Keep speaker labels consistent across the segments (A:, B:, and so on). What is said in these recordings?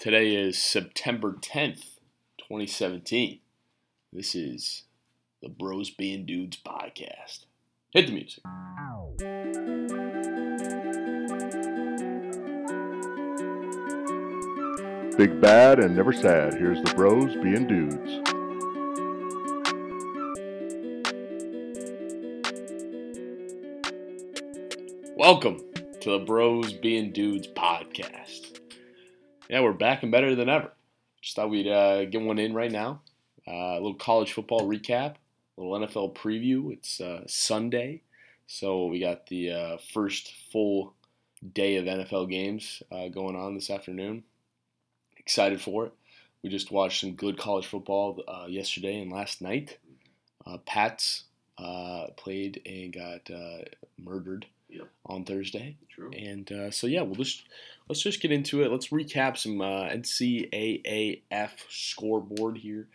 A: Today is September 10th, 2017. This is the Bros Being Dudes podcast. Hit the music.
B: Big bad and never sad. Here's the bros being dudes.
A: Welcome to the Bros Being Dudes podcast. Yeah, we're back and better than ever. Just thought we'd uh, get one in right now. Uh, a little college football recap, a little NFL preview. It's uh, Sunday, so we got the uh, first full day of NFL games uh, going on this afternoon. Excited for it. We just watched some good college football uh, yesterday and last night. Uh, Pats uh, played and got uh, murdered
C: Yep.
A: on Thursday.
C: True.
A: And uh, so yeah, we'll just let's just get into it. Let's recap some uh, NCAAF scoreboard here,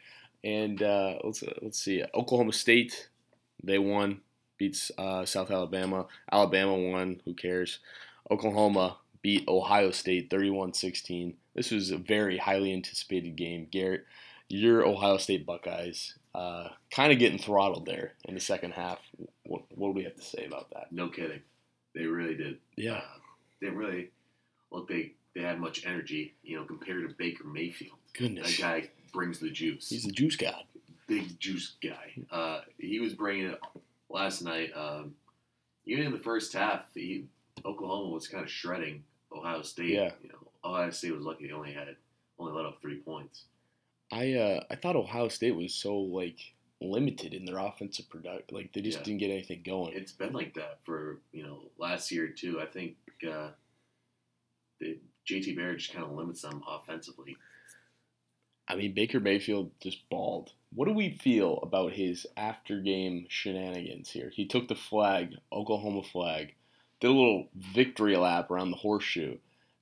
A: and uh, let's let's see. Oklahoma State they won, beats uh, South Alabama. Alabama won. Who cares? Oklahoma beat Ohio State 31-16. This was a very highly anticipated game. Garrett, your Ohio State Buckeyes uh, kind of getting throttled there in the second half. What, what do we have to say about that?
C: No kidding. They really did. Uh,
A: Yeah,
C: They really look. They they had much energy, you know, compared to Baker Mayfield. That
A: goodness,
C: guy brings the juice.
A: he's the juice god.
C: big juice guy. Uh, he was bringing it last night. Um, even in the first half, he, Oklahoma was kind of shredding Ohio State.
A: Yeah.
C: You know, Ohio State was lucky they only had only let up three points.
A: I uh, I thought Ohio State was so like limited in their offensive product. Like they just
C: Yeah.
A: didn't get anything going.
C: It's been like that for you know last year too. I think uh, the JT Barrett just kind of limits them offensively.
A: I mean, Baker Mayfield just balled. What do we feel about his after game shenanigans here? He took the flag, Oklahoma flag, did a little victory lap around the horseshoe,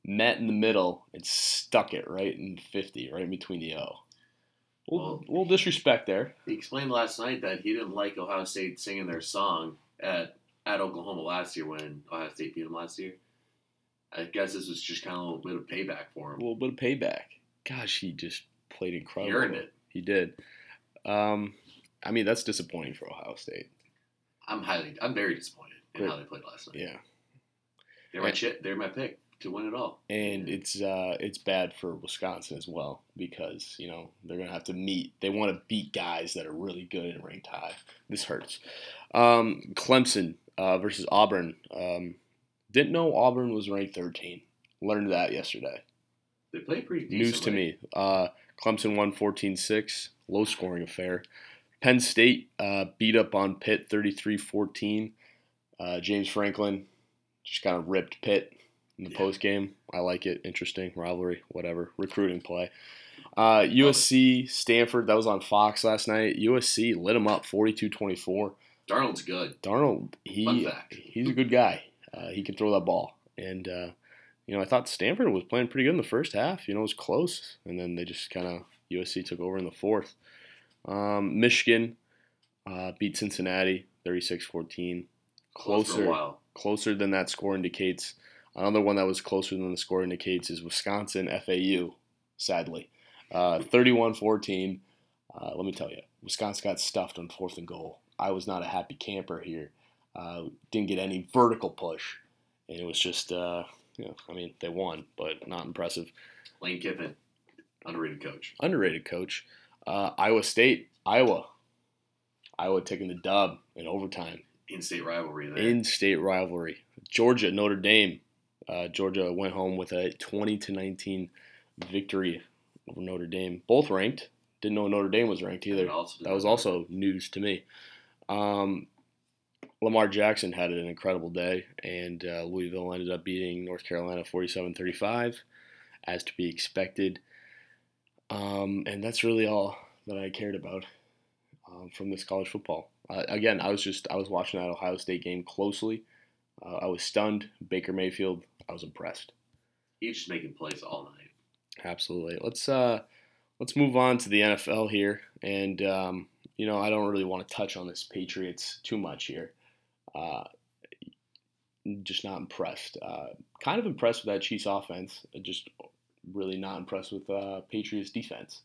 A: met in the middle, and stuck it right in the 50, right in between the O. A little,
C: Well-
A: little disrespect there.
C: He explained last night that he didn't like Ohio State singing their song at at Oklahoma last year when Ohio State beat him last year. I guess this was just kind of a little bit of payback for
A: A
C: him.
A: little bit of payback. Gosh, he just played
C: he
A: incredible.
C: earned it.
A: He did. Um, I mean, that's disappointing for Ohio State.
C: I'm highly, I'm very disappointed in
A: Good.
C: how they played last night.
A: Yeah,
C: They're my
A: Yeah.
C: chip, they're my pick to win it all.
A: and it's uh, it's bad for Wisconsin as well because you know they're gonna have to meet. They want to beat guys that are really good and ranked high. This hurts. Um, Clemson uh, versus Auburn. Um, didn't know Auburn was ranked 13. Learned that yesterday.
C: They played pretty decent.
A: News to me. Uh, Clemson won 14-6. Low scoring affair. Penn State uh, beat up on Pitt 33-14. Uh, James Franklin just kind of ripped Pitt in the
C: Yeah.
A: post game. I like it. Interesting rivalry. Whatever. Recruiting play. Uh, USC Stanford that was on Fox last night. USC lit him up 42-24.
C: Darnold's good.
A: Darnold
C: Fun
A: he
C: fact.
A: he's a good guy. Uh, he can throw that ball. And, uh, you know, I thought Stanford was playing pretty good in the first half. You know, it was close. And then they just kind of, USC took over in the fourth. Um, Michigan uh, beat Cincinnati 36 14.
C: Close for a
A: Closer.
C: while.
A: Closer than that score indicates. Another one that was closer than the score indicates is Wisconsin FAU, sadly. 31 14. Uh, let me tell you, Wisconsin got stuffed on fourth and goal. I was not a happy camper here. Uh, didn't get any vertical push, and it was just, uh, you know, I mean, they won, but not impressive.
C: Lane Kiffin, underrated coach.
A: Underrated coach. Uh, Iowa State, Iowa. Iowa taking the dub in overtime.
C: In-state rivalry there.
A: In-state rivalry. Georgia, Notre Dame. Uh, Georgia went home with a 20 to 19 victory over Notre Dame. Both ranked. Didn't know Notre Dame was ranked either.
C: And also-
A: That was also news to me. Um, Lamar Jackson had an incredible day, and uh, Louisville ended up beating North Carolina 47 35, as to be expected. Um, and that's really all that I cared about um, from this college football. Uh, again, I was just I was watching that Ohio State game closely. Uh, I was stunned. Baker Mayfield. I was impressed.
C: He's just making plays all night.
A: Absolutely. Let's uh, let's move on to the NFL here, and um, you know I don't really want to touch on this Patriots too much here. Uh, just not impressed. Uh, kind of impressed with that Chiefs offense. Just really not impressed with uh, Patriots defense.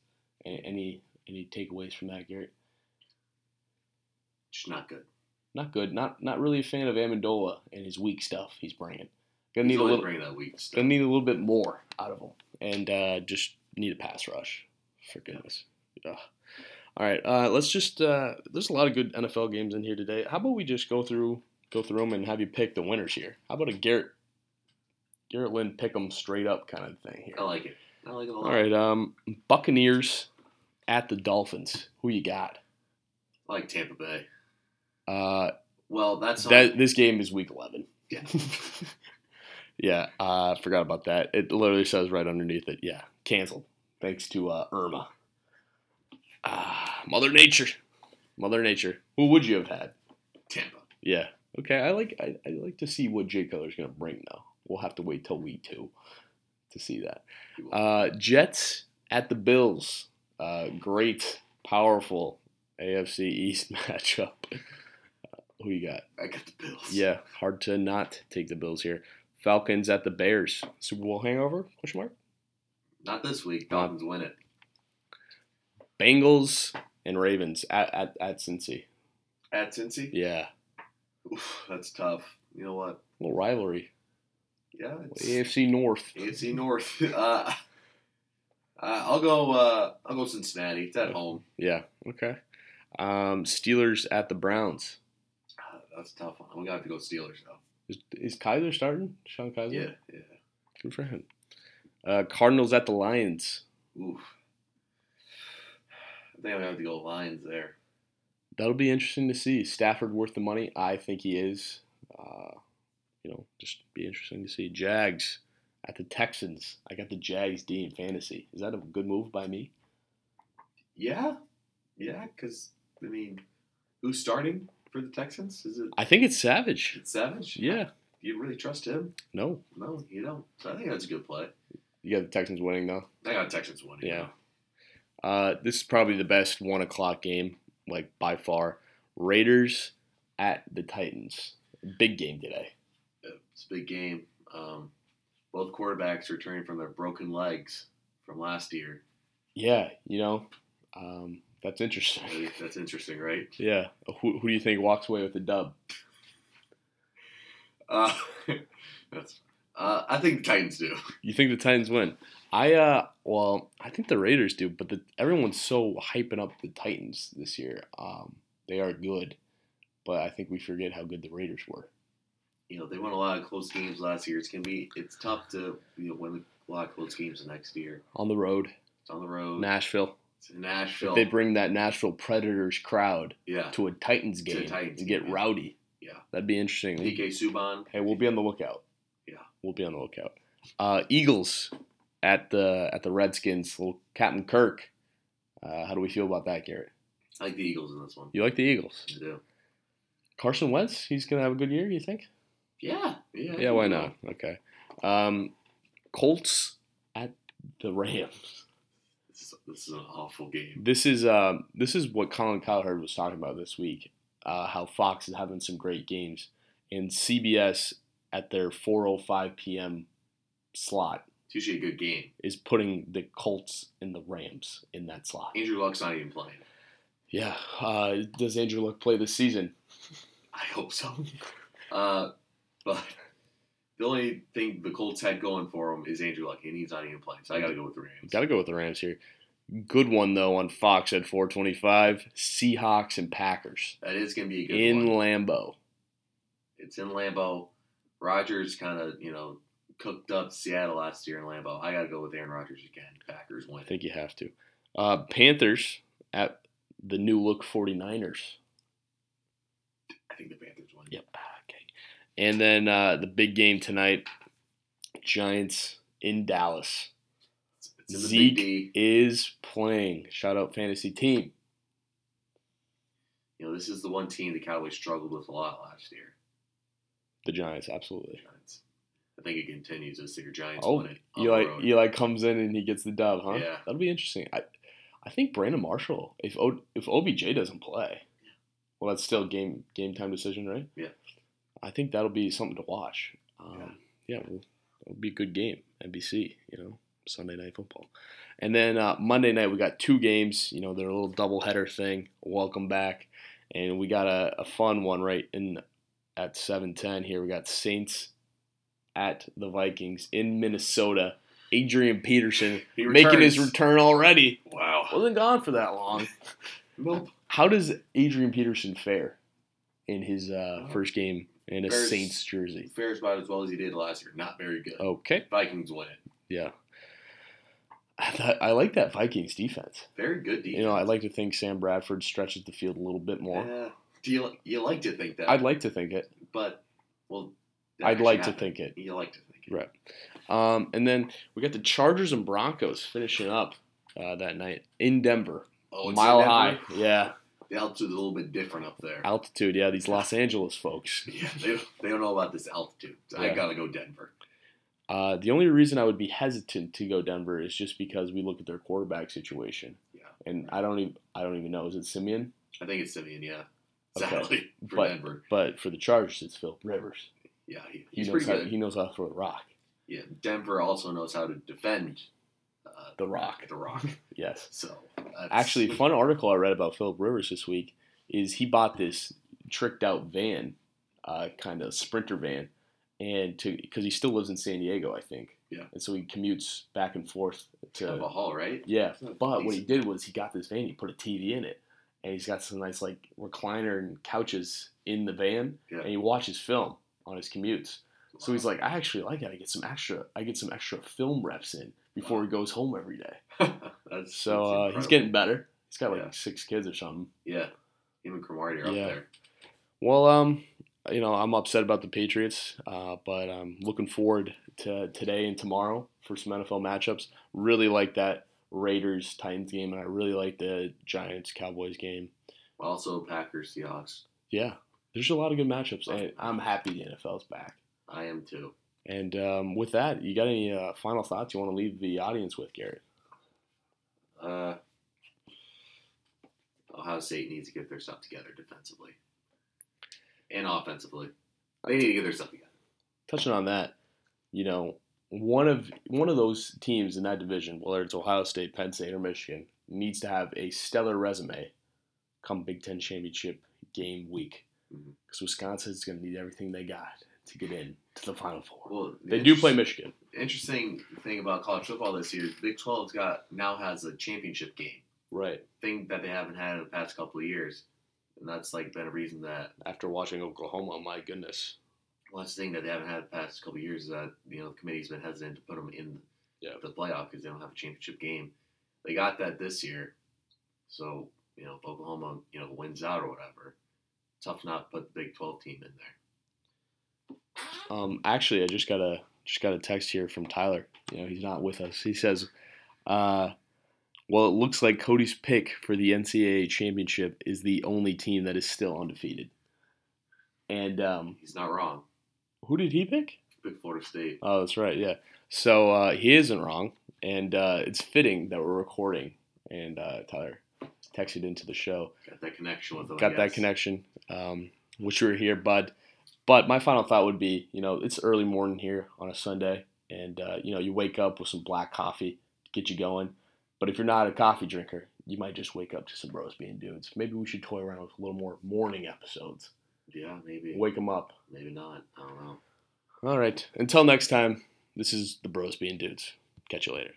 A: Any, any any takeaways from that, Garrett?
C: Just not good.
A: Not good. Not not really a fan of Amendola and his weak stuff he's bringing. Gonna need
C: He's
A: a
C: always
A: little.
C: bringing that weak stuff.
A: Gonna need a little bit more out of him, and uh, just need a pass rush. For goodness. Ugh. All right, uh, let's just. Uh, there's a lot of good NFL games in here today. How about we just go through go through them and have you pick the winners here? How about a Garrett Garrett Lynn pick them straight up kind of thing here?
C: I like it. I like it a lot.
A: All right, um, Buccaneers at the Dolphins. Who you got?
C: I like Tampa Bay.
A: Uh,
C: Well, that's
A: that this game is week eleven.
C: Yeah.
A: yeah, I uh, forgot about that. It literally says right underneath it. Yeah, canceled thanks to uh, Irma. Ah, Mother Nature, Mother Nature. Who would you have had?
C: Tampa.
A: Yeah. Okay. I like. I, I like to see what Jay Cutler's gonna bring though. We'll have to wait till week two to see that.
C: You will.
A: Uh, Jets at the Bills. Uh, great, powerful AFC East matchup. Uh, who you got?
C: I got the Bills.
A: Yeah, hard to not take the Bills here. Falcons at the Bears. Super Bowl hangover? Question mark.
C: Not this week. Dolphins win it.
A: Bengals and Ravens at at, at Cincy.
C: At Cincy?
A: Yeah,
C: Oof, that's tough. You know what?
A: little rivalry.
C: Yeah, it's
A: AFC North.
C: AFC North. Uh, uh, I'll go. Uh, I'll go Cincinnati. It's at home.
A: Yeah. Okay. Um, Steelers at the Browns.
C: Uh, that's a tough one. I'm gonna have to go Steelers though.
A: Is, is Kaiser starting? Sean Kaiser.
C: Yeah, yeah.
A: Good for him. Uh, Cardinals at the Lions.
C: Oof. I think I'm gonna have to go Lions there.
A: that'll be interesting to see. Is Stafford worth the money? I think he is. Uh, you know, just be interesting to see. Jags at the Texans. I got the Jags D in fantasy. Is that a good move by me?
C: Yeah, yeah. Because I mean, who's starting for the Texans? Is it
A: I think it's Savage.
C: it's Savage?
A: Yeah.
C: Do you really trust him?
A: No.
C: No, you don't. So I think that's a good play.
A: You got the Texans winning though.
C: I got Texans winning.
A: Yeah. Uh, this is probably the best one o'clock game, like by far. Raiders at the Titans. Big game today.
C: It's a big game. Um, both quarterbacks returning from their broken legs from last year.
A: Yeah, you know, um, that's
C: I
A: interesting.
C: think That's interesting, right?
A: yeah. Who, who do you think walks away with the dub?
C: Uh, that's. Uh, I think the Titans do.
A: You think the Titans win? I uh, well, I think the Raiders do, but the, everyone's so hyping up the Titans this year. Um, they are good, but I think we forget how good the Raiders were.
C: You know, they won a lot of close games last year. It's gonna be. It's tough to you know win a lot of close games the next year.
A: On the road,
C: It's on the road.
A: Nashville.
C: It's in Nashville.
A: If they bring that Nashville Predators crowd
C: yeah.
A: to a Titans
C: To a
A: game
C: Titans
A: and get
C: game.
A: rowdy,
C: Yeah.
A: that'd be interesting.
C: PK Subban.
A: Hey, we'll be on the lookout.
C: Yeah.
A: we'll be on the lookout. Uh, Eagles at the at the Redskins. Little Captain Kirk. Uh, how do we feel about that, Garrett?
C: I like the Eagles in this one.
A: You like the Eagles?
C: I do.
A: Carson Wentz, he's gonna have a good year. You think?
C: Yeah. Yeah.
A: Yeah, why not? Okay. Um, Colts at the Rams.
C: This is, this is an awful game.
A: This is uh, this is what Colin Cowherd was talking about this week. Uh, how Fox is having some great games, and CBS at their 4:05 p.m. slot
C: It's usually a good game.
A: is putting the Colts and the Rams in that slot.
C: Andrew Luck's not even playing.
A: Yeah. Uh, does Andrew Luck play this season?
C: I hope so. Uh, but the only thing the Colts had going for him is Andrew Luck, and he's not even playing. So I got to go with the Rams.
A: Got to go with the Rams here. Good one though on Fox at 4:25. Seahawks and Packers
C: That is going to be a good
A: in
C: one.
A: Lambeau.
C: It's in Lambeau. Rogers kind of you know cooked up Seattle last year in Lambeau. I got to go with Aaron Rodgers again. Packers win.
A: I think you have to. Uh, Panthers at the new look 49ers.
C: I think the Panthers win.
A: Yep. Okay. And then uh, the big game tonight Giants in Dallas
C: It's in the
A: Zeke.
C: Big D.
A: is playing. Shout out fantasy team.
C: You know this is the one team the Cowboys struggled with a lot last year.
A: The Giants, absolutely.
C: Giants. I think it continues this year. Giants
A: Oh,
C: win it. on the
A: Eli,
C: road.
A: Eli comes in and he gets the dub, huh?
C: Yeah.
A: That'll be interesting. I, I think Brandon Marshall, if o, if OBJ doesn't play, well, that's still game game time decision, right?
C: Yeah.
A: I think that'll be something to watch. Um, yeah, well, that'll be a good game. NBC, you know, Sunday night football. And then uh, Monday night we got two games. You know, they're a little doubleheader thing. Welcome back, and we got a, a fun one right in at seven ten here. We got Saints at the Vikings in Minnesota. Adrian Peterson
C: He
A: making his
C: returns.
A: return already.
C: wow.
A: Wasn't gone for that long.
C: Nope.
A: How does Adrian Peterson fare in his uh, first game in a
C: Bears-
A: Saints jersey?
C: Fares about as well as he did last year. Not very good.
A: Okay,
C: Vikings win it.
A: yeah. I, thought, I like that Vikings defense.
C: Very good defense.
A: You know, I like to think Sam Bradford stretches the field a little bit more.
C: Yeah. Do you you like to think that?
A: I'd like to think it.
C: but well, that
A: I'd
C: actually
A: like to
C: happened.
A: think it.
C: You like to think it.
A: Right. Um, and then we got the Chargers and Broncos finishing up uh, that night in Denver,
C: Oh, it's
A: mile
C: in Denver.
A: high. Yeah,
C: The altitude's a little bit different up there.
A: altitude. Yeah, these Los Angeles folks.
C: yeah, they, they don't know about this altitude. So I
A: Yeah.
C: gotta go Denver.
A: Uh, the only reason I would be hesitant to go Denver is just because we look at their quarterback situation.
C: Yeah.
A: And I don't even I don't even know is it Simeon,
C: I think it's Simeon. Yeah,
A: Okay.
C: sadly for
A: But-
C: Denver.
A: but for the Chargers it's Phil Rivers.
C: Yeah, he,
A: He
C: he's
A: knows
C: pretty
A: how
C: good.
A: he knows how to throw the rock.
C: yeah, Denver also knows how to defend uh,
A: The Rock.
C: The Rock.
A: Yes.
C: So that's,
A: Actually, fun article I read about Philip Rivers this week is he bought this tricked out van, uh, kind of sprinter van, and to because he still lives in San Diego, I think.
C: Yeah.
A: And so he commutes back and forth to
C: kind of a haul, right?
A: Yeah,
C: It's not
A: but what he
C: easy.
A: did was he got this van, he put a TV in it, and he's got some nice like recliner and couches in the van,
C: Yeah.
A: and he watches film on his commutes. So he's like, I actually like it. I get some extra, I get some extra film reps in before he goes home every day.
C: that's
A: So uh,
C: that's
A: he's
C: incredible.
A: getting better. He's got like
C: Yeah.
A: six kids or something.
C: yeah. Him and Cromartie are
A: Yeah.
C: up there.
A: Well, um, you know, I'm upset about the Patriots, uh, but I'm looking forward to today and tomorrow for some NFL matchups. Really like that Raiders Titans game, and I really like the Giants Cowboys game.
C: Also Packers, Seahawks.
A: Yeah, there's a lot of good matchups, and I'm happy the NFL's back.
C: I am too.
A: And um, with that, you got any uh, final thoughts you want to leave the audience with, Garrett?
C: Uh, Ohio State needs to get their stuff together defensively and offensively. They need to get their stuff together.
A: Touching on that, you know, one of one of those teams in that division, whether it's Ohio State, Penn State, or Michigan, needs to have a stellar resume come Big Ten championship game week,
C: Mhm.
A: because Wisconsin's going to need everything they got to get in to the Final Four.
C: Well, the
A: They do play
C: interest-
A: Michigan.
C: Interesting thing about college football this year: is Big 12's got now has a championship game
A: Right.
C: thing that they haven't had in the past couple of years, and that's like been a reason that
A: After watching Oklahoma, my goodness.
C: well, that's the thing that they haven't had the past couple of years is that you know the committee's been hesitant to put them in
A: Yeah.
C: the playoff because they don't have a championship game. They got that this year, so you know if Oklahoma you know wins out or whatever, tough not to put the Big Twelve team in there.
A: Um, actually, I just got a just got a text here from Tyler. You know, he's not with us. He says, uh, "Well, it looks like Cody's pick for the NCAA championship is the only team that is still undefeated." And um,
C: He's not wrong.
A: who did he pick?
C: Big Florida State.
A: Oh, that's right. Yeah. So uh, he isn't wrong, and uh, it's fitting that we're recording. And uh, Tyler texted into the show
C: Got that connection with them. I
A: got that
C: guess.
A: connection. Um, wish you were here, bud. But my final thought would be, you know, it's early morning here on a Sunday, and uh, you know, you wake up with some black coffee to get you going. But if you're not a coffee drinker, you might just wake up to some bros being dudes. Maybe we should toy around with a little more morning episodes.
C: Yeah, maybe.
A: Wake them up.
C: Maybe not. I don't know.
A: All right. Until next time, this is the bros being dudes. Catch you later.